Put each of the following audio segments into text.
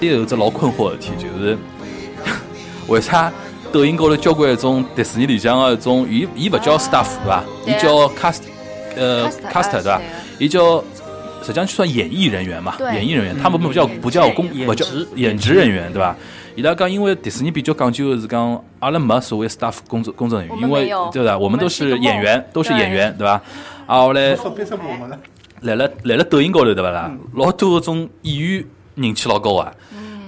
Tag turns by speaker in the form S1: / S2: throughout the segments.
S1: 也有一哎只老困惑的事体，就是 为啥抖音高头交关一种迪士尼里向的一种，伊伊勿叫 staff 对伐？伊
S2: 对啊
S1: 叫 cast，呃
S2: Cast，
S1: cast
S2: 啊
S1: 对伐
S2: 对啊？
S1: 伊叫实际上就算演艺人员嘛，
S2: 对嗯
S1: 演艺人员，他们不叫不叫工，
S3: 演
S1: 不叫
S3: 职
S1: 演职人员对伐？伊拉讲，因为迪士尼比较讲究的是讲，阿拉没所谓 staff 工作工作人员，因
S2: 我们
S1: 为
S2: 没有
S1: 对伐？我
S2: 我
S1: 们
S2: 们
S1: 都
S2: 是一
S1: 是
S2: 个梦
S1: 演员，都是
S2: 对
S1: 演员对伐？啊，后来
S4: 说变成我们了，
S1: 来了来了抖音高头对勿
S2: 嗯
S1: 啦？老多搿种演员人气老高啊，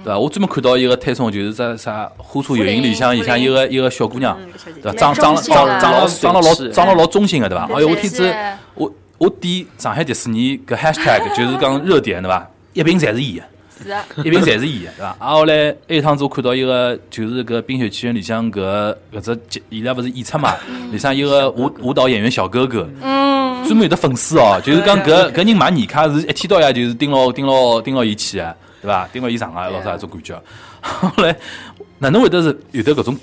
S1: 对伐？我专门看到一个推送，就是在啥《花车月影》里向
S2: 福嗯
S1: 里
S2: 林
S1: 向一个一个小姑娘，对伐？
S2: 来
S1: 长长
S2: 中性啊
S1: 长长老长得老
S3: 水气
S1: 长得老中性个对伐？
S2: 对
S1: 哎呦，我
S2: 水
S1: 天
S2: 气
S1: 子我我点上海迪士尼搿 hashtag 就是讲热点对伐？一并侪是伊个。
S2: 是啊，
S1: 一边侪是伊，对 伐？啊，后来埃趟子我看到一个，就是搿《冰雪奇缘》里向搿搿只节伊拉勿是演出嘛，里向一个舞舞蹈演员嗯小哥哥，嗯，专门有得粉丝哦，就是讲搿搿人买年卡是一天到夜就是盯牢盯牢盯牢伊去啊，对伐？盯牢伊上啊，老啥种感觉。后来哪能会得是有得搿种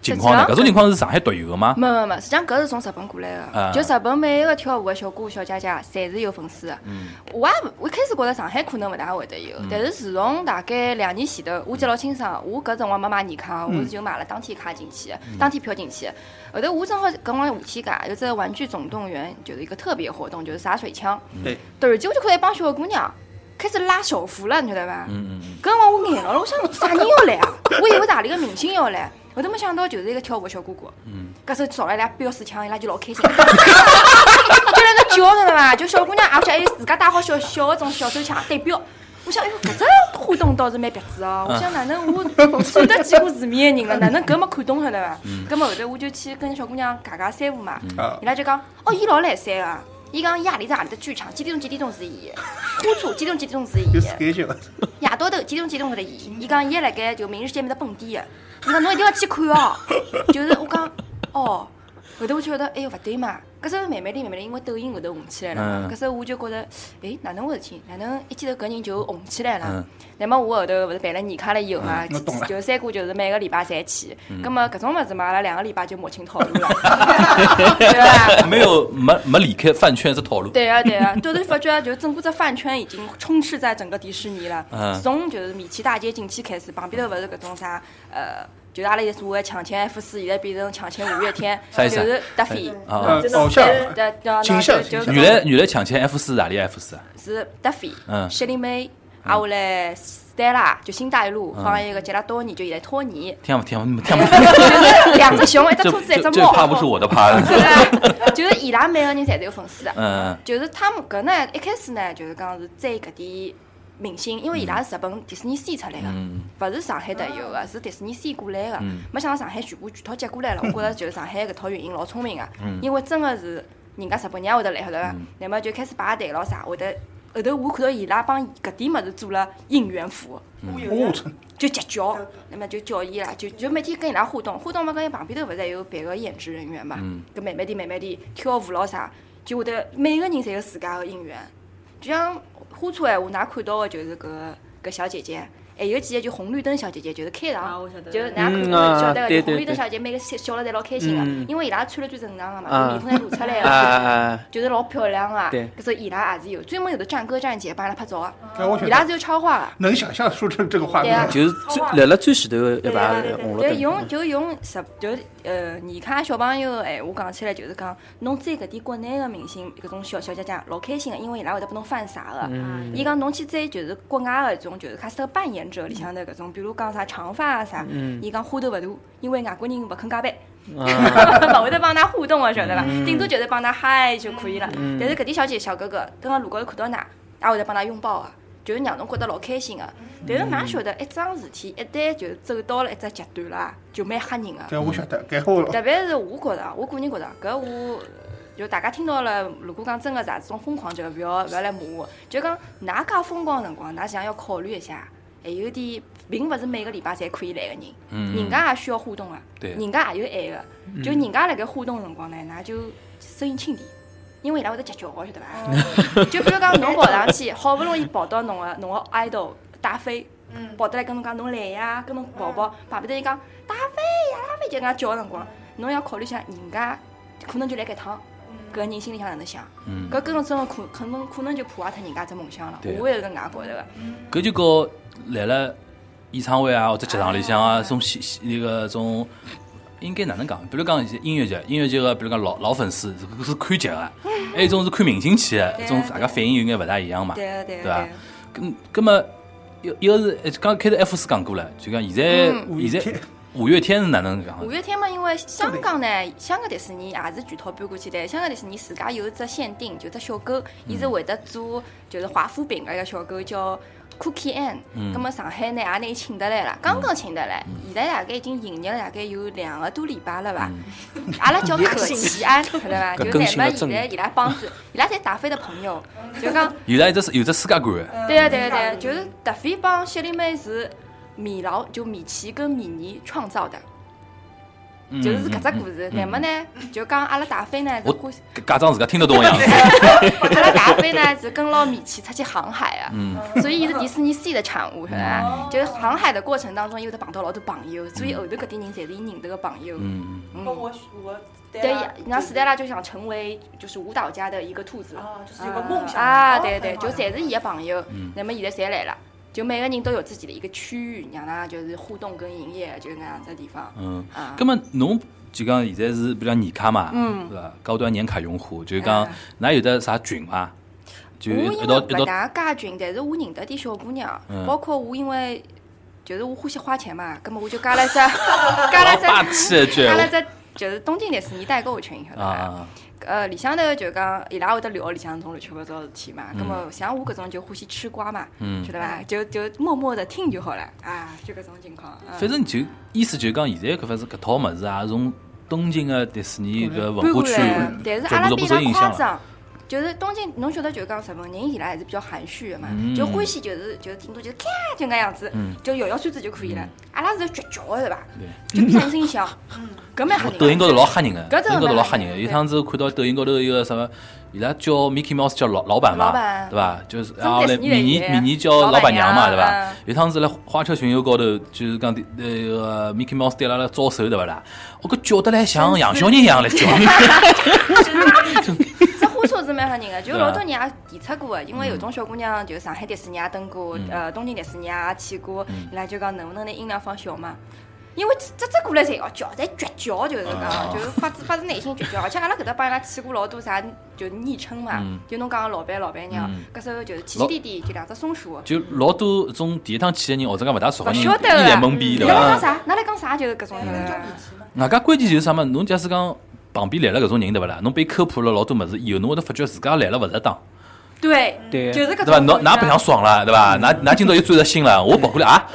S1: 情况呢？
S2: 实际上
S1: 搿种情况是上海独有个吗？
S2: 没没没，实际上搿是从日本过来
S1: 啊
S2: 的，就日本每一个跳舞的小哥小姐姐，侪是有粉丝的。我也勿我一开始觉得上海可能勿大会得有，但是自从大概两年前头，我记得老清爽，我搿辰光没买年卡，我是就买了当天卡进去的，当天票进去的。后头我正好搿辰光有天假，有只玩具总动员，就是一个特别活动，就是撒水枪。
S3: 对，
S2: 突然间我就看到一帮小姑娘开始拉手扶了，你晓得伐？
S1: 嗯嗯嗯，
S2: 搿辰光我眼牢了，我想啥人要来啊？我以为哪里个明星要来，后头没想到就是一个跳舞的小哥哥。嗯，搿时候找了伊拉标识枪，伊拉就老开心。就 那个叫着了嘛，就小姑娘，而且还有自家带好小小的种小手枪对标。我想，哎哟，搿只活动倒是蛮别致哦。我想哪能我算得见过世面的人了，哪能搿没看懂晓得伐？搿么后头我就去跟小姑娘尬尬三胡嘛，伊拉就讲，哦，伊老来三啊。伊讲夜里头夜里头剧场几点钟几点钟是伊，火车几点钟几点钟是伊。
S4: 有 schedule，
S2: 夜到头几点钟几点钟会得演？伊讲伊也辣盖就明日见面的蹦迪 的，伊讲侬一定要去看哦。就是我讲哦，后头我就觉得哎哟勿对嘛，搿时候慢慢地慢慢地，因为抖音后头红起来了嘛，
S1: 嗯
S2: 搿时候我就觉得哎哪能回事体？哪能一记头搿人就红起来
S1: 嗯
S2: 了？乃末我后头勿是办了年卡了以后嘛，
S4: 我懂了
S2: 就是三哥就是每个礼拜侪去，葛末搿种物事嘛，阿拉两个礼拜就摸清套路了， 对伐？
S1: 没有没没离开饭圈这套路。
S2: 对啊，对啊， 就是发觉就整个这饭圈已经充斥在整个迪士尼了。
S1: 嗯
S2: 从就是米奇大街进去开始，旁边头勿是搿种啥呃，就是阿拉现在所谓抢钱 F 四，现在变成抢钱五 月天，
S1: 啥
S2: 就
S1: 意思啊
S2: 是达菲。
S1: 啊
S4: 呃，
S2: 就是
S4: 偶像
S2: 对对对，啊
S4: 形象
S2: 就
S4: 形
S2: 就
S4: 象
S1: 原来原来抢钱 F 四是哪里 F 四啊？
S2: 是达菲，
S1: 嗯嗯
S2: 谢灵梅，啊，后来 Stella 就新大一路，帮一个杰拉多尼就现在托尼，
S1: 听不听不听不听？
S2: 就是两只熊，一只
S1: 这
S2: 兔子，一
S1: 嗯这
S2: 只
S1: 这
S2: 猫，
S1: 怕不是我的怕。
S2: 对吧？就是伊拉每个人侪是有粉丝的。
S1: 嗯，
S2: 就是他们搿呢，一开始呢，就是讲是追搿点明星，因为伊拉是日本迪士尼线出来
S1: 嗯
S2: 个，勿是上海特有个，是迪士尼线过来个
S1: 嗯。
S2: 没想到上海全部全套 接过来了，我觉着就是上海搿套运营老聪明个，
S1: 嗯
S2: 因为真个是人家日本人也会得来，晓得伐？乃末就开始排队咯啥，会得后头我看到伊拉帮搿点物事做了应援服。
S4: 我操，
S2: 就结交，
S5: 嗯
S2: 那么就叫伊拉，就就每天跟伊拉互动，互动嘛，跟伊旁边头勿是还有别个演职人员嘛，
S3: 嗯
S2: 搿慢慢地慢慢地跳舞咯啥，就会得每个人侪有自家个音源，就像花车闲话，㑚看到个就是搿搿小姐姐。还有几个就红绿灯小姐姐，就是开
S5: 啊
S2: 场
S5: 我晓，得
S2: 就是㑚看
S3: 嗯
S2: 到
S3: 啊
S2: 晓得
S3: 对
S2: 个，就红绿
S3: 对
S2: 灯
S3: 对
S2: 小姐每个小小了侪老开心
S3: 嗯
S2: 个，因为伊拉穿了最正常个嘛，
S3: 啊
S2: 面孔侪露出来
S3: 啊
S2: 个，
S3: 啊，
S2: 就是老漂亮个。
S3: 对
S2: 搿时候伊拉也是有专门有的站哥站姐帮伊拉拍照
S4: 哎我
S2: 个，
S4: 晓得
S2: 伊拉是有超话个。
S4: 能想象出这这个画
S2: 对啊
S4: 面
S3: 啊，就是最辣辣最前头的一排红绿
S2: 对，
S3: 灯，
S2: 用就用十就呃，年卡小朋友哎，我讲起来就是讲，侬追搿点国内个明星，搿种小小姐姐老开心个，因为伊拉会得拨侬翻啥个。伊讲侬去追就是国外个一种就是卡斯特扮演者里向头搿种，比如讲啥长发啊啥，伊讲花头勿大，因为外国人勿肯加班。 勿会得帮㑚互动啊，晓得伐？顶多就是帮㑚嗨就可以了。但是搿点小姐小哥哥蹲辣路高头看到㑚，也会得帮㑚拥抱啊，就是让侬觉得老开心个。啊但是㑚晓得一桩事体一旦就走到了一只极端啦，就蛮吓人个。
S4: 对，我晓得，该我了，
S2: 特别是我觉着，我个人觉着搿我。就大家听到了，如果讲真个是啊，这种疯狂，就勿要勿要来骂我。就讲，㑚介疯狂的辰光，㑚实际上要考虑一下，还有点，并勿是每个礼拜侪可以来个人。
S1: 嗯
S2: 人家也需要互动啊，
S1: 对嗯
S2: 人家也有爱个、就人家辣盖互动个辰光呢，㑚就声音轻点，因为伊拉会得结交个，晓得
S1: 哦
S2: 伐？ 就比如讲侬跑上去，好不容易跑到侬个侬个 idol 达菲，跑得来跟侬讲侬来呀，跟侬抱抱，旁边头伊讲达菲呀，达菲就搿能叫个辰光，侬要考虑一下人家可能就来搿趟。搿人心里向哪能想？
S1: 嗯
S2: 搿跟侬真个可可能可能就破坏脱人家只梦想了。
S1: 对
S2: 我也是搿能介觉着个。
S1: 搿就跟来了演唱会啊，或者剧场里向啊，种喜喜那个种。应该哪能讲？比如讲一些音乐节，音乐节个，比如讲老老粉丝是是看节个，还有一种是看明星去的，
S2: 对
S1: 种
S2: 对
S1: 大家反应有眼勿大一样嘛。
S2: 对个对个啊
S1: 对吧
S2: 对。
S1: 嗯，葛么一一个是哎刚开头 F 四讲过了，就讲现在
S4: 五
S1: 现
S4: 月
S1: 在
S4: 天
S1: 五月天是哪能讲
S2: 嗯五
S1: 的？
S2: 月天嘛，因为香港呢，香港迪士尼也是全套搬过去的。香港迪士尼自家有一只限定，就只小狗，伊是会得做就是华夫饼个一个小狗叫 Cookie Ann。
S1: 嗯
S2: 咁么上海呢，也拿伊请得来了，刚刚请得来，现在大概已经营业了大概有两个多礼拜了吧。阿拉叫可奇安，晓得伐？就乃
S3: 更新
S2: 末
S3: 了
S2: 现
S3: 证
S2: 在伊拉帮子，伊拉侪打飞的朋友，就讲
S1: 有的一只是有只世界观的，
S2: 对啊，对啊，对啊，就是特菲帮雪莉妹是米老就米奇跟米妮创造的，
S1: 嗯
S2: 就是搿
S1: 嗯
S2: 只故事。乃么呢，就讲阿拉大飞呢是
S1: 我
S2: 欢喜，
S1: 假装自家听得懂一 样。
S2: 阿拉大飞呢 是跟牢米奇出去航海啊，
S1: 嗯，
S2: 所以伊是迪士尼 C 的产物，晓得
S5: 哦
S2: 伐？就是航海的过程当中，伊会得碰到老多朋友，所以后头搿点人侪是伊认得个朋友。
S1: 嗯，
S5: 哦啊我我
S2: 对，
S5: 人
S2: 人家斯黛拉就想成为就是舞蹈家的一个兔子，
S5: 啊，就是有个梦想哦
S2: 啊，对对，就侪
S5: 谁
S2: 是伊个朋友，
S1: 嗯
S2: 那么现在侪来了，就每个人都有自己的一个区域，让他就是互动跟营业，就是那样子的地方。
S1: 嗯
S2: 啊，
S1: 葛么侬就讲现在是比如讲年卡嘛，对伐？高端年卡用户，就是讲
S2: 嗯
S1: 㑚有的啥群伐？就
S2: 我因
S1: 一
S2: 为
S1: 道一
S2: 勿
S1: 道，
S2: 大加群，但是我认得点小姑娘
S1: 嗯，
S2: 包括我，因为就是我欢喜花钱嘛，那么我就加 了只加
S1: 老
S2: 了
S1: 霸
S2: 只
S1: 气的句
S2: 加了
S1: 闲
S2: 只就是东京迪士尼代购群，晓得
S1: 话
S2: 伐？
S1: 啊，
S2: 呃，里向头就讲伊拉会得聊里向种乱七八糟的事体嘛，那么像我搿种就欢喜吃瓜嘛，
S1: 嗯
S2: 晓得伐？就就默默的听就好了啊，就搿种情况。啊
S1: 反正就意思就是讲现在搿反正搿套物事啊，从东京个迪士尼搿
S2: 搬
S1: 文化
S2: 过
S1: 区
S2: 来，但是阿
S1: 全
S2: 拉
S1: 部
S2: 比
S1: 都
S2: 伊
S1: 受
S2: 拉
S1: 影
S2: 夸
S1: 响了。
S2: 张。就是东京，侬晓得就是讲日本人伊拉还是比较含蓄的嘛，
S1: 嗯
S2: 就欢喜就是就是顶多就是咔就那样子，就摇摇扇子就可以
S1: 嗯
S2: 了。阿拉是撅脚的是吧？就不声声响， 搿蛮吓人的。
S1: 抖音高头老吓人个，
S2: 搿
S1: 抖
S2: 真
S1: 音
S2: 的
S1: 高头老
S2: 蛮
S1: 吓
S2: 吓
S1: 人个。
S2: 人
S1: 有趟子看到抖音高头一个什么，伊拉叫 Mickey Mouse 叫老老板
S2: 老
S1: 嘛，
S2: 板
S1: 对伐？就是啊
S2: 真
S1: 然后
S2: 的
S1: 嘞，
S2: 是你
S1: 米妮
S2: 的
S1: 米
S2: 爷
S1: 妮叫老
S2: 老
S1: 板
S2: 板
S1: 娘嘛，
S2: 娘
S1: 对伐
S2: 嗯？
S1: 有趟子辣花车巡游高头，就是讲的那个 Mickey Mouse 对阿拉来招手，对勿啦？我搿叫得来像杨小人一样来叫，
S2: 这花车是蛮吓人的，就老多人也提出过的，因为有种小姑娘就上海迪士尼也登过，呃，东京迪士尼也去过，伊拉就讲能不能拿音量放小嘛？因为这这过来侪要叫，侪倔叫，就是
S1: 啊
S2: 讲，就是发自发自内心倔叫，而且阿拉搿搭帮伊拉起过老多啥，就昵称嘛
S1: 嗯，
S2: 就侬讲个老板、老板娘
S1: 嗯，
S2: 搿时候就是奇
S1: 老
S2: 奇弟弟，就两只松鼠，
S1: 就老多种第一趟去个人或者讲勿大熟个
S2: 勿
S1: 人，一
S2: 晓得嗯
S1: 脸懵逼，
S2: 伊
S1: 对
S2: 拉来讲
S1: 伐？
S2: 啥，拿来讲啥，就是搿种
S5: 那种笔
S2: 的。
S5: 记嘛，
S1: 外加关键就是啥嘛？侬假使讲旁边来了搿种人，对勿啦？侬被科普了老多物事以后，侬会得发觉自家来了勿适当。
S2: 对，
S3: 对
S2: 就是搿种。
S1: 对伐？侬㑚白相爽了，对伐？ 㑚㑚今朝又追着新了，我跑过来啊！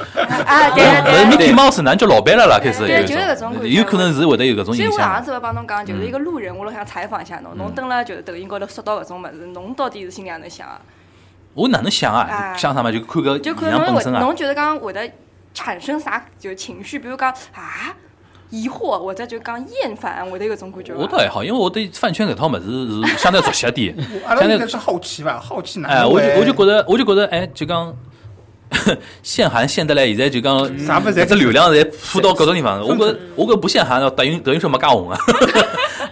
S2: 啊，对对对
S1: 呃。，Mickey Mouse 哪叫老板了啦？开始
S2: 对
S1: 有一
S2: 就是搿种
S1: 种，
S2: 感觉
S1: 有可能是会得有搿种
S2: 所以
S1: 影嗯
S2: 我啊上
S1: 响。啊
S2: 次我帮侬讲，就是一个路人，我老想采访一下侬，
S1: 嗯
S2: 侬登了就是抖音高头说到搿种物事，侬到底是心里哪能想啊？
S1: 我哪能想啊？
S2: 啊
S1: 想啥嘛？就看搿
S2: 就可
S1: 影
S2: 能
S1: 像本身
S2: 会，
S1: 啊。
S2: 侬觉得讲会得产生啥就是情绪，比如讲啊疑惑，或者就讲厌烦，会得有种感觉伐。
S1: 我倒还好，因为我对饭圈搿套物事 是相对熟悉一点。
S4: 阿拉
S1: 相
S4: 应
S1: 对
S4: 该是好奇吧，好奇哪
S1: 哎，
S4: 能
S1: 我
S4: 会？
S1: 就我就觉得，我就觉得，哎，就讲 限韩限得来，现在就讲
S4: 啥物事
S1: 搿
S4: 侪
S1: 只流量侪铺到搿种地方。我觉得我觉得不限韩，抖音抖音说没介红啊。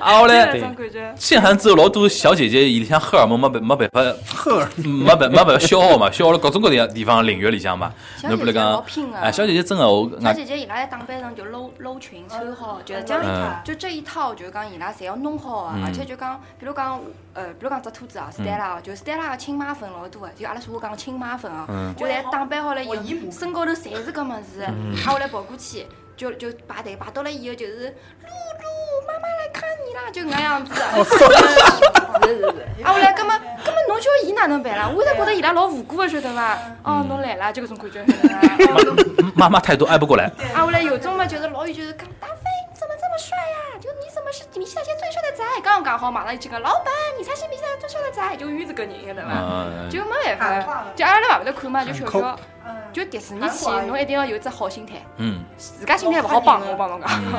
S1: 啊，后
S2: 有
S1: 来
S2: 种感觉。
S1: 限韩之后，老多小姐姐里向荷尔蒙没办没办法
S4: 赫尔
S1: 没办没办法消耗嘛，消耗了各种各样地方领域里向嘛。
S2: 小
S1: 侬
S2: 姐
S1: 比
S2: 姐
S1: 如
S2: 老
S1: 讲
S2: 拼，啊
S1: 哎，小姐姐真的我，
S2: 小
S1: 俺
S2: 姐姐伊拉在打扮上就搂搂裙穿好，就是这
S1: 嗯
S2: 样，就这一套就是讲伊拉侪要弄好啊
S1: 嗯，
S2: 而且就讲，比如讲，呃，比如讲只兔子啊，Stella 啊，就 Stella 的亲妈粉老多的，就阿拉所谓讲亲妈粉
S1: 嗯嗯
S2: 啊，就侪打扮好了以后
S5: 我姨母，
S2: 身高头侪是搿物事，还后来跑过去。就就排队排到了以后，就是露露妈妈来看你啦，就搿样子。啊
S1: 哦
S5: 是是是，
S2: 啊，后来，葛么，葛么，侬晓得伊哪能办啦？我才觉得伊拉老无辜的，晓得伐？
S1: 嗯
S2: 哦，侬来啦，就搿种感觉，晓得伐？哦
S1: 妈妈态度爱不过来，
S2: 啊，后来有种嘛，就是老远就是讲大飞，你怎么这么帅呀、就你怎么是米线街最帅的仔？刚刚好，马上一个老板，你才是米线街最帅的仔，就遇着个人晓得伐？
S1: 嗯，
S2: 就没办法，就阿拉勿会得看嘛，就小小，
S5: 嗯，
S2: 就迪士尼去，侬一定要有一只好心态，
S1: 嗯，
S2: 自家心态勿好帮，我帮侬讲。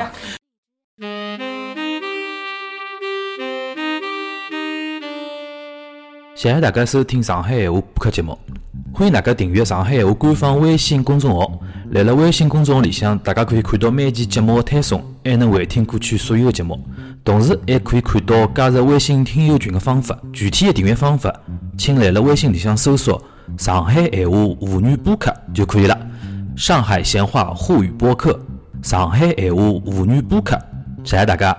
S1: 谢谢大家收听上海闲话播客节目，欢迎大家订阅上海闲话官方微信公众号。辣辣微信公众号里向，大家可以看到每期节目的推送，还能回听过去所有的节目，同时还可以看到加入微信听友群的方法。具体的订阅方法，请辣辣微信里向搜索“上海闲话妇女播客”就可以了。
S6: 上海闲话沪语播客，上海闲话沪语播客，谢谢大家。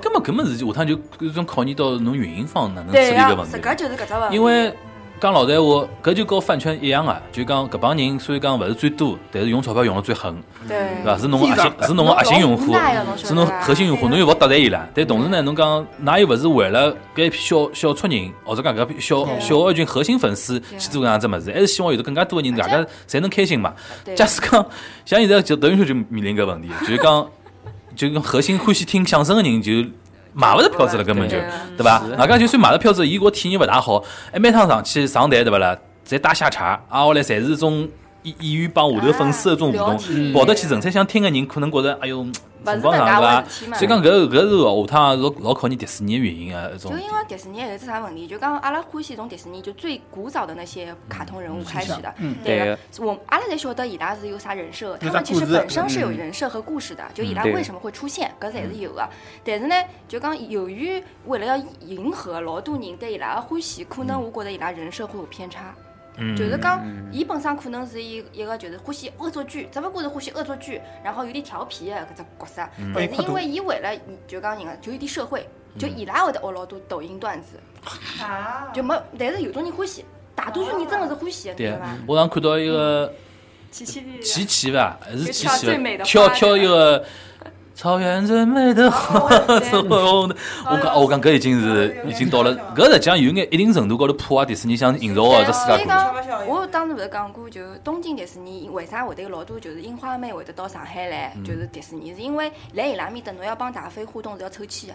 S1: 根本搿么事体，下趟就搿种考验到侬运营方哪能处理
S2: 对
S1: 搿
S2: 呀，
S1: 问题
S2: 搿
S1: 了。
S2: 就是搿只问题。
S1: 因为讲老实闲话，搿就跟饭圈一样啊，就讲搿帮人虽然讲勿是最多，但是用钞票用了最狠，
S2: 对
S1: 对伐？是侬个核
S4: 非
S1: 心，
S4: 常
S1: 是侬个核心用户
S2: 老无奈啊侬，说
S1: 是侬
S2: 对伐嗯
S1: 核心用户，侬又勿得罪伊拉。但同时呢，侬讲㑚又勿是为了搿一批小小撮人，或者讲搿批小小一群核心粉丝去做搿样子物事，还是希望有得更加多个人，大家侪能开心嘛。
S2: 对
S1: 假使讲像现在就抖音上就面临搿问题，就是讲 就是讲核心欢喜听相声个人就买勿着票子了，根本就
S2: 对
S1: 对啊伐？外加就算买了票子，伊个体验勿大好，哎，每趟上去上台对勿啦？侪打下茶，啊，后来侪是种演演员帮下头粉丝的种互
S2: 啊聊
S1: 动
S2: 天，
S1: 跑得去纯粹想听个人可能觉着哎哟，
S2: 勿
S1: 辰
S2: 是
S1: 光
S2: 能
S1: 长
S2: 介
S1: 对伐
S2: 回事体？嘛
S1: 所以讲搿搿是下趟老老考验迪士尼的运营啊，一种
S2: 就。因为迪士尼有一只啥问题，就讲阿拉欢喜从迪士尼就最古早的那些卡通人物开始的，
S3: 嗯对
S2: 个
S3: 的，
S2: 我阿拉才晓得伊拉是有啥人设，他
S4: 有啥
S2: 们其实
S4: 故事
S2: 本身是有人设和故事的，就伊拉
S3: 嗯对嗯
S2: 为什么会出现，搿才是有的。但是呢，就讲由于为了要迎合老多人对伊拉的欢喜，可能
S3: 嗯
S2: 我觉得伊拉人设会有偏差。就是
S1: 嗯
S2: 讲，伊本身可能是一一个就是欢喜恶作剧，只不呃过是欢喜恶作剧，然后有点调皮的搿只角色。但是因为伊为了就讲人家就有点社会，就伊拉会得学老多抖音段子，
S5: 啊，
S2: 就没。但是有种人欢喜，大多数人真的是欢喜的，
S1: 对
S2: 对伐？，
S1: 我上看到一个
S5: 琪琪的
S1: 琪琪吧，还是琪
S5: 跳
S1: 琪
S5: 最美
S1: 吧，
S5: 的
S1: 跳
S5: 花
S1: 跳一
S5: 对吧
S1: 个草原最美的花。
S5: 哎
S1: 我讲，我讲，搿已经是已经到了，搿实际上有眼一定程度高头破坏迪士尼想营造个只世
S2: 啊所
S1: 界
S2: 以
S1: 观。
S2: 讲，我当时勿是讲过，就是东京迪士尼为啥会得有老多就是樱花妹会得到上海来，就是迪士尼，是因为来伊拉面搭侬要帮大飞互动是要抽签的。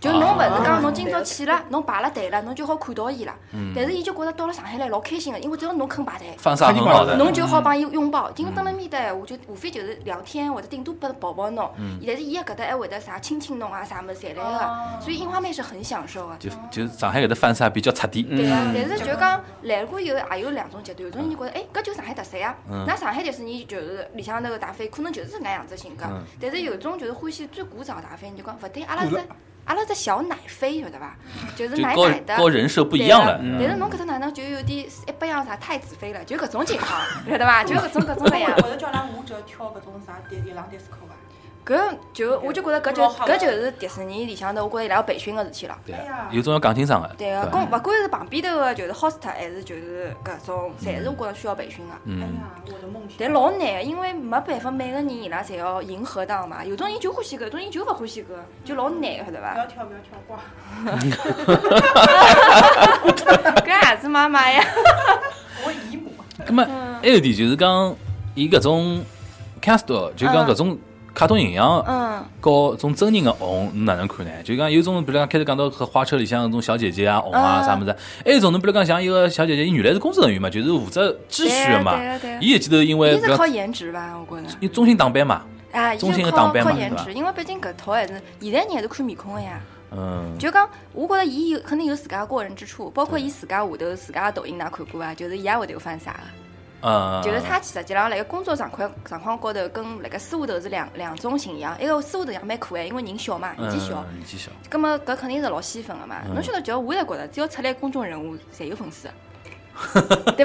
S2: 就侬勿是讲侬今朝去了，侬排了队了，侬就好看到伊了。但是伊就觉得到了上海来老开心个，因为只要侬肯排队，
S1: 放啥很好的，
S2: 侬就好帮伊拥抱。因为蹲辣面搭，我就无非就是聊天，或者顶多拨抱抱侬。但是伊也搿搭还会得啥亲亲侬啊，啥物事侪来个。所以樱花妹是很享受啊个。
S1: 就就上海搿搭翻沙比较彻底。
S2: 对啊，但是就讲来过以后也有两种极端，有种人觉得，哎，搿就是上海特色呀。
S1: 嗯
S2: 那上海迪士尼就是里向那个大飞，可能就是搿能样子性格
S1: 嗯。
S2: 但是有种就是欢喜最古早的大飞，你就讲勿对，阿拉
S4: 古
S2: 只
S4: 早
S2: 阿拉只小奶飞，晓得伐？就是
S1: 就
S2: 奶
S1: 高
S2: 奶的。
S1: 高人设不一样了。嗯
S2: 对啊但是侬搿搭哪能就有点一百样啥太子妃了，就搿种情况，晓得伐？
S1: 嗯
S2: 就搿种搿种
S5: 我
S2: 那 样
S5: 我。会得叫拉母只跳搿种啥迪迪朗迪斯科吧。
S2: 搿就我就觉得搿就
S5: 老好
S2: 搿就是迪士尼里向的，我觉着伊拉要培训个事体了。
S1: 对啊
S5: 哎呀，
S1: 有种要讲清爽的。
S2: 啊对啊个，公勿管是旁边头个就是 host 还是就是搿种，侪是我觉着需要培训个。
S5: 哎
S1: 嗯，
S5: 呀，我的梦想。
S2: 但老难个，因为没办法，每个人伊拉侪要迎合到嘛。有种人就欢喜搿，有种人就勿欢喜搿，就老难，晓得
S5: 不
S2: 伐？
S5: 要跳，不要跳，挂。
S1: 嗯
S2: 搿也是妈妈呀。
S5: 我姨母。
S1: 那么
S2: 嗯
S1: 还有一点就是讲，伊搿种 cast 哦就讲搿种卡通形象
S2: 嗯，
S1: 和种真人的红，侬哪能看呢？就讲有种，比如讲开头讲到和花车里向搿种小姐姐啊红啊
S2: 嗯啊
S1: 啥物事，还有一种侬比如讲像一个小姐姐，伊原来是公职人员嘛，就是负责秩序的嘛
S2: 对啊对啊对啊。
S1: 伊一记头因为
S2: 伊
S1: 比
S2: 是
S1: 如
S2: 靠
S1: 讲
S2: 颜值伐？我觉着。
S1: 伊中心党办嘛，
S2: 啊，伊
S1: 中性的
S2: 是靠
S1: 打扮
S2: 靠
S1: 嘛
S2: 颜
S1: 对吧
S2: 值，因为毕竟搿套还是现在人还是看面孔个呀。
S1: 嗯，
S2: 就讲，我觉着伊有肯定有自家过人之处，包括伊自家下头自家的抖音，㑚看过伐？就是伊也会得有犯傻个。
S1: 呃，
S2: 就是他实际上辣盖工作状况状况高头，跟辣盖私下头是两两种形象。一个私下头像蛮可爱，因为人小嘛，年纪小。
S1: 嗯，年纪小，
S2: 葛么搿肯定是老吸粉个嘛。侬
S1: 嗯
S2: 晓得，只要我也觉着，只要出来公众人物，侪有粉丝，对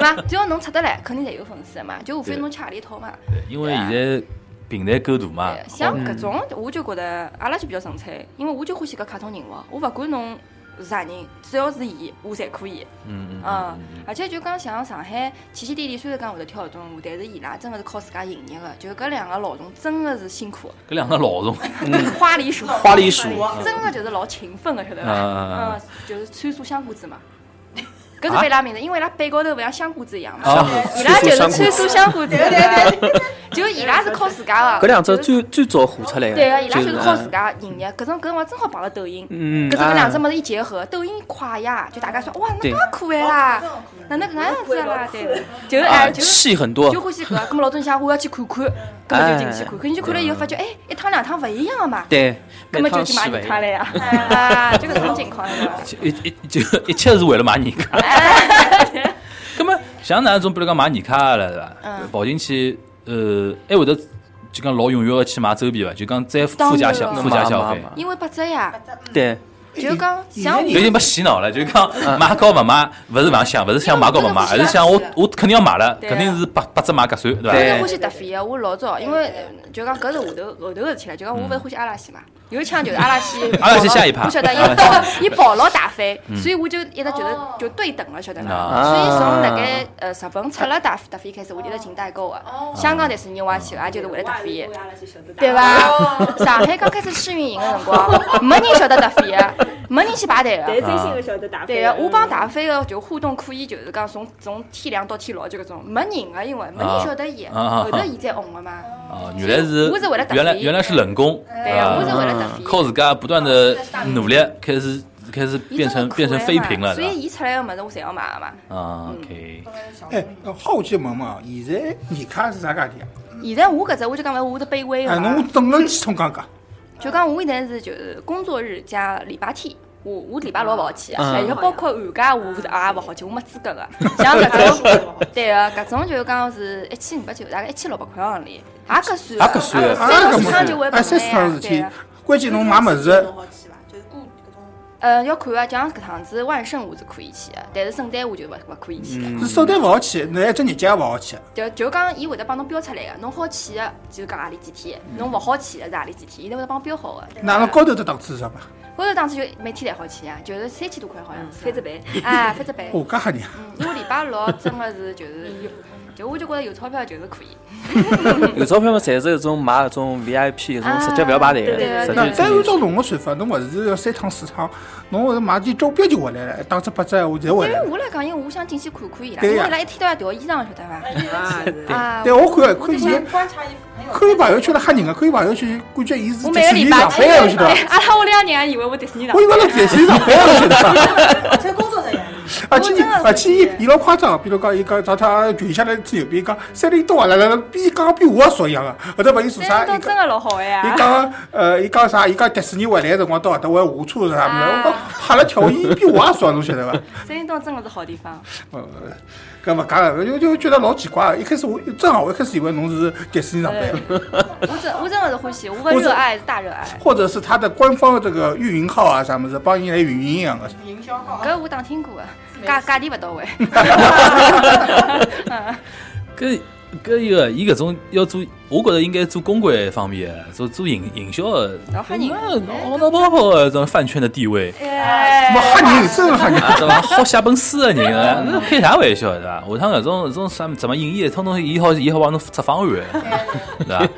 S2: 伐？只要侬出得来，肯定侪有粉丝的嘛。就无非
S1: 对
S2: 侬吃何里套嘛。
S1: 对因为现在平台够大嘛
S2: 啊对，像搿种，
S1: 嗯
S2: 我就觉得阿拉就比较纯粹，因为我就欢喜搿卡通人物，我勿管侬是啥人，只要是伊，我侪可以。
S1: 嗯嗯
S2: 嗯，而且就讲像上海奇奇弟弟，虽然讲会得跳搿种舞，但是伊拉真的是靠自家营业的，就是搿两个老总真的是辛苦，
S1: 搿两个老 总，
S2: 花里鼠，
S3: 花栗鼠
S2: 真的就是老勤奋的，晓得
S3: 呃
S1: 嗯
S2: 伐？嗯，就是穿梭香菇 子嘛。搿是
S3: 啊
S2: 被伊拉名字，因为伊拉背高头勿像香菇子一样嘛，
S1: 啊
S2: 伊拉就是穿
S3: 穿
S2: 梭香菇子，对伐？ 就伊拉是靠自家的。
S3: 搿两只
S2: 就是
S3: 最最早火出来的，
S2: 对啊个，伊拉就是靠自
S3: 嗯
S2: 家营业，搿种搿辰光正好碰到抖音，
S3: 嗯
S2: 搿种搿
S3: 啊
S2: 两只物事一结合，抖音快呀，就大家说哇，那
S3: 对
S2: 介可爱啦，哪能搿能样子啦？对，就是哎，就是
S3: 戏啊很多
S2: 就，欢喜 搿，葛末老总想我要去看看，葛末就进去看看，进去看了以后发觉，哎，一趟两趟勿一样个嘛，
S3: 对，
S2: 葛末
S3: 每
S2: 就
S3: 趟
S2: 去
S3: 戏
S2: 买
S3: 勿
S2: 人
S3: 一
S2: 家
S3: 样
S2: 了呀， 啊，就搿种情况是 伐？
S1: 一一就一切是为了买年卡。 葛么像哪种，比如讲买年卡了，对伐？
S2: 嗯
S1: 跑进去，呃，还会得就讲老踊跃个去买周边伐？就讲再附加消
S2: 当然了
S1: 附加消费
S3: 买买买
S2: 因为八折呀，
S3: 对，
S2: 就是讲像
S1: 有点被洗脑了，就是讲
S3: 嗯
S1: 买高勿买，勿是勿想，勿是想买高勿买，而是想我我肯定要买了，
S2: 对啊
S1: 肯定是八八折买合算，对
S2: 我
S1: 伐？，
S2: 是欢喜搭飞个，我老早因为就讲搿是后头后头个事体了，就讲我勿是欢喜阿拉西嘛，有一腔就是阿拉西
S1: 嗯 阿拉西下一趴
S2: 我晓得
S1: 阿拉
S2: 伊到伊跑牢大飞，所以我就一直觉得就对等了，晓得
S1: 啊
S2: 伐？所以从大概呃日本出了大大飞开始，我就一直进代购个，香港迪士尼我也去了，也就是为了搭飞个。对伐？上海刚开始试运营个辰光，没人晓得搭飞个，没人去排队个
S7: 但。是真心个晓得打
S2: 对个，我帮大飞个就互动可以就是讲从从天亮到天老就搿种，没人个，因为没人晓得伊，
S1: 啊啊啊
S2: 后头伊才红个嘛。
S1: 哦，原来是
S2: 我是为了搭
S1: 原来
S2: 飞
S1: 原来是冷宫，啊
S2: 对个，我是为了搭飞。
S1: 靠自家不断的努力，开始开始变成变成妃嫔了，
S2: 啊所
S1: 对伐
S2: 以？伊嗯出来个物事我侪要买个嘛。
S1: 啊，OK，
S4: 哎，好奇问问啊，现在你看是啥价钿啊？
S2: 现在我搿只我就讲了，我是卑微
S4: 哎，
S2: 个
S4: 侬
S2: 嘛
S4: 我，整个系统讲讲，
S2: 就讲我现在是就是工作日加礼拜天。我我礼拜六勿好去，
S3: 嗯
S2: 然后包括寒假我是也勿好去，我没资格个。像搿种，对个，搿种就是讲是一千五百九，大概一千六百块行钿，也搿算
S3: 也
S2: 个。
S3: 搿算个
S4: 啊
S2: 三
S4: 搿
S2: 四
S4: 么
S2: 趟就会
S4: 哎，
S2: 本
S4: 三四
S2: 来
S4: 趟
S2: 啊
S4: 事
S2: 对
S4: 体
S2: 啊，
S4: 关键侬买物事，
S5: 好去伐？就是过搿种
S2: 呃，要看啊，就像搿趟子万圣我是可以去的，啊但是圣诞我就勿勿可以去的。
S4: 是手段勿好去，侬一只日节也勿好去。
S2: 就就讲，伊会得帮侬标出来个，啊侬好去个就讲何里几天，
S4: 嗯
S2: 侬勿好去个是何里几天，伊都会得帮侬标好个。
S4: 那侬高头的档次是啥嘛？
S2: 高头当时就每天侪好去呀，就是三千多块好像是。
S7: 嗯翻着办，
S2: 哎，翻只倍。
S4: 哦，介吓人啊！
S2: 嗯，因为礼拜六真个是 就是，就我就觉着有钞票就是可以。
S3: 有钞票嘛，侪是一种买搿种 VIP，搿种直接勿要排队
S2: 啊对对对
S3: 个，直接
S4: 那
S3: 就
S4: 再
S3: 是
S4: 按照侬个算法，侬勿是要三趟四趟，侬勿是买点周边就回来了，打折八折我侪回
S2: 对
S4: 来
S2: 于
S4: 了。
S2: 我来讲，因为我想进去看看伊拉，因
S4: 对
S2: 为
S4: 呀
S2: 伊拉一天到夜调衣裳，晓得伐？
S7: 啊，对
S2: 啊，
S4: 对，我看
S2: 我
S4: 看
S2: 之
S4: 伊
S2: 前
S5: 观察伊朋友，
S4: 看伊朋友圈了 吓人个，看伊朋友圈感觉伊是
S2: 我
S4: 迪
S2: 每个
S4: 士尼
S2: 礼拜
S4: 上班了，晓得伐？
S2: 阿拉屋里向人也以为我迪士尼上
S4: 我以为侬迪士尼上班了，晓得伐？
S5: 而且工作人员，
S4: 而且伊而且伊伊老夸张，比如讲伊讲早他群下来吹牛逼，讲三零到啊，来来来，比讲比我也熟一样个。后头问伊做
S2: 班，
S4: 啥，伊
S2: 到真
S4: 讲
S2: 个老好个哎呀。
S4: 伊讲呃，伊讲啥？伊讲迪士尼回来个辰光到搿搭还下车是啥物事？我讲吓了跳，伊比我也熟，侬晓得伐？
S2: 三星洞真的是好地方，
S4: 呃，搿么讲个，就就觉得老奇怪。一开始我正好我一开始以为侬是迪士尼上班，
S2: 我真我真的是欢喜，我的热爱是大热爱。
S4: 或者是他的官方的这个运营号啊啥物事，帮伊来运营一样个。
S5: 营销号啊
S2: 搿我打听过的，啊价价钿勿到位。
S1: 搿搿一个伊搿种要做，我觉着应该做公关方面的，做做营营销的，
S2: 老吓人
S1: 那老老泡泡的这种饭圈的地 位。
S2: 哎
S4: 没吓人，真的吓人。
S1: 对伐？好写本书的人啊，那开啥玩笑对啊伐？下趟搿种搿种啥怎么营业，通通伊好伊好帮侬出方 案的，对伐？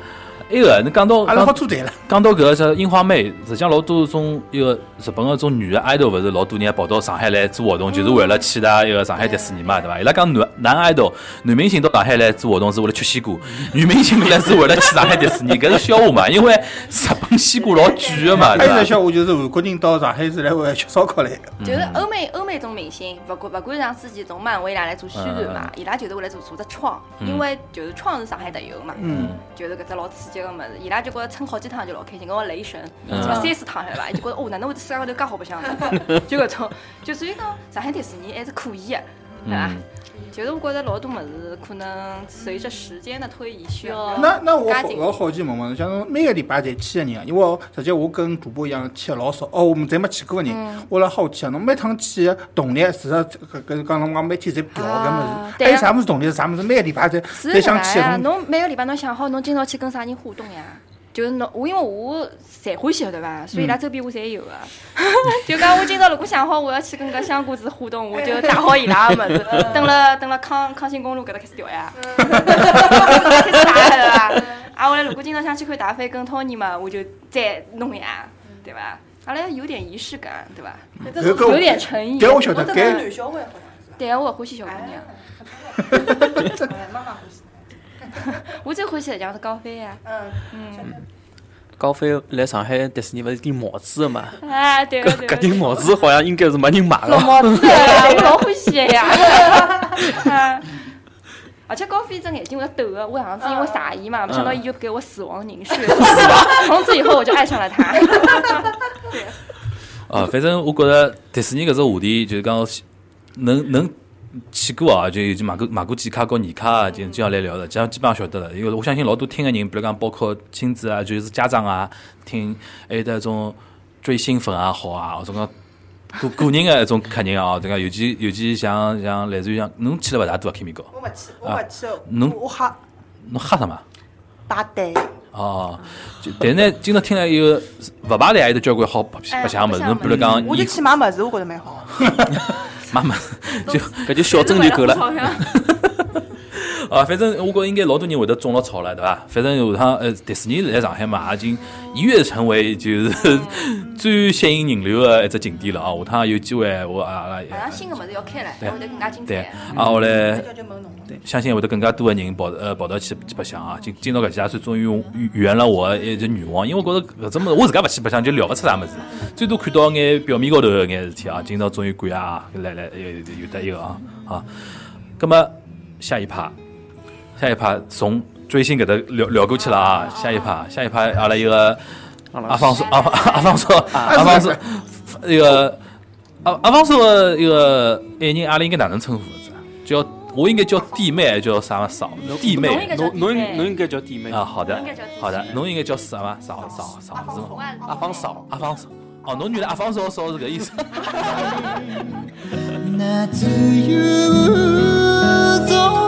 S1: 埃个，侬讲到
S4: 阿拉好
S1: 讲
S4: 做对了，
S1: 讲到搿个叫樱花妹，实际上老多种一个日本个种女的 idol，勿是老多人跑到上海来做活动，就是为了去搭一个上海迪士尼嘛，对伐？伊拉讲男男 idol 男明星到上海来做活动是为了吃西瓜，女明星来是为了去上海迪士尼，搿是笑话嘛？因为日本西瓜老贵个嘛，
S4: 还
S1: 啊对
S4: 有一
S1: 伐
S4: 只？笑话就是韩国人到上海是来为吃烧烤来的。
S2: 就是欧美欧美种明星，勿管勿管像之前从漫威伊拉来做宣传嘛，伊拉就是为了做做只创，因为就是创是上海特有个嘛，
S4: 嗯
S2: 就是搿只老刺激个物事，伊拉就觉着蹭好几趟就老开心，跟我雷神，什么三四趟晓得伐？伊就觉着哦，哪能会得世界高头介好白相呢？就搿种，就所以讲上海迪士尼还是可以个，对伐？就是我觉着老多物事可能随着时间的推移需要
S4: 那那我
S2: 加
S4: 好
S2: 紧
S4: 我好奇问问，像侬每个礼拜侪去个人啊，因为我实际我跟主播一样去个老少，哦，我们侪没去过
S2: 嗯
S4: 个人，我老好奇啊，侬每趟去个动力是啥？搿搿讲侬讲每天侪调搿物事，
S2: 对
S4: 还
S2: 啊
S4: 有啥物事动力是啥物事？每个礼拜侪
S2: 是
S4: 侪
S2: 搿
S4: 想
S2: 能
S4: 去个
S2: 呀，
S4: 侬。
S2: 侬每个礼拜侬想好侬今朝去跟啥人互动呀？就是侬，我因为我侪欢喜晓得伐，所以伊拉周边我侪有个。啊 就讲我今朝如果想好我要去跟搿香果子互动，我就打好伊拉个物 事，等了等了康康新公路搿搭开始调呀， 开始打了伐？啊，我来如果今朝想去看达菲跟 Tony 嘛，我就再弄呀，对伐？阿拉要有点仪式感，对伐？
S5: 有
S4: 搿我
S2: 有点诚意。
S4: 但我晓得
S5: 这
S4: 搿
S5: 男小孩好像是吧？
S2: 对啊，我欢喜小姑
S1: 嗯
S2: 娘，
S5: 哎，妈妈欢喜。
S2: 我最欢喜的讲是高飞呀。
S5: 嗯，
S3: 高飞来上海迪士尼勿是顶帽子个嘛？
S2: 啊，对个
S3: 搿
S2: 对个
S3: 搿。顶帽子好像应该是没人买
S2: 老
S3: 了。
S2: 帽子啊，我老欢喜的呀。啊而且高飞这眼睛会抖的，我上次因为傻姨
S1: 嗯
S2: 嘛，没想到伊就给我死亡凝视，从此以后我就爱上了他。
S1: 啊，反正我觉着迪士尼搿只话题，就是讲能能去过啊，就已经买过买过季卡和年卡啊，就就像来聊的，这样基本上晓得了。因为哎我相信老多听个人，比如讲包括亲子啊，就是家长啊，听还有得种追星粉也好啊，或者讲个个人的一种客人啊，这个尤其尤其像像类似于像侬去了勿大多啊，Kimi 哥，
S5: 我勿去，我勿去，
S1: 侬
S5: 我我吓
S1: 侬吓什么？
S5: 排队。
S1: 哦，就但呢，今朝听了以后，勿排队也有得交关好白白相的物事，侬比如讲
S5: 我就
S1: 你
S5: 去买物事，我觉着蛮好。
S1: 妈妈就
S3: 搿就小镇就够了。
S1: 啊，反正我觉得应该老多人会得种了草了，对伐？反正有趟呃，迪士尼来上海嘛，已经一跃成为就是 最吸引人流的一只景点了啊！下趟有机会我啊阿拉也
S2: 马上新的物事要开了，
S1: 对
S2: 还会得更加精
S1: 对
S2: 彩。
S1: 啊，后来
S5: 就问侬了，
S1: 相信会得更加多的人跑呃跑到去去白相啊！今今朝搿家算终于圆圆了我的一只愿望，因为我觉着搿种物事我自家勿去白相就聊勿出啥物事，最多看到眼表面高头的眼事体啊！今朝终于感谢啊，来来有有有得一个啊啊！葛么下一趴，下一趴从追星搿搭聊聊过去了啊！下一趴，下一趴阿拉一个
S3: 啊
S1: 阿方索阿方阿方索阿方索那个阿阿方索个一个爱人，阿拉应该哪能称呼子啊？叫我应该叫弟妹，还是叫啥么嫂？弟
S2: 侬应
S1: 妹
S2: 该叫
S3: 侬侬
S2: 弟妹
S3: 应侬应该叫弟妹
S1: 啊，好的
S2: 应该叫弟妹
S1: 好的，侬应该叫啥么？嫂嫂嫂子
S2: 我
S1: 嘛？
S2: 也是
S3: 阿芳嫂，
S1: 阿方索哦，侬原来阿方索嫂是搿意思。
S7: 夏至有总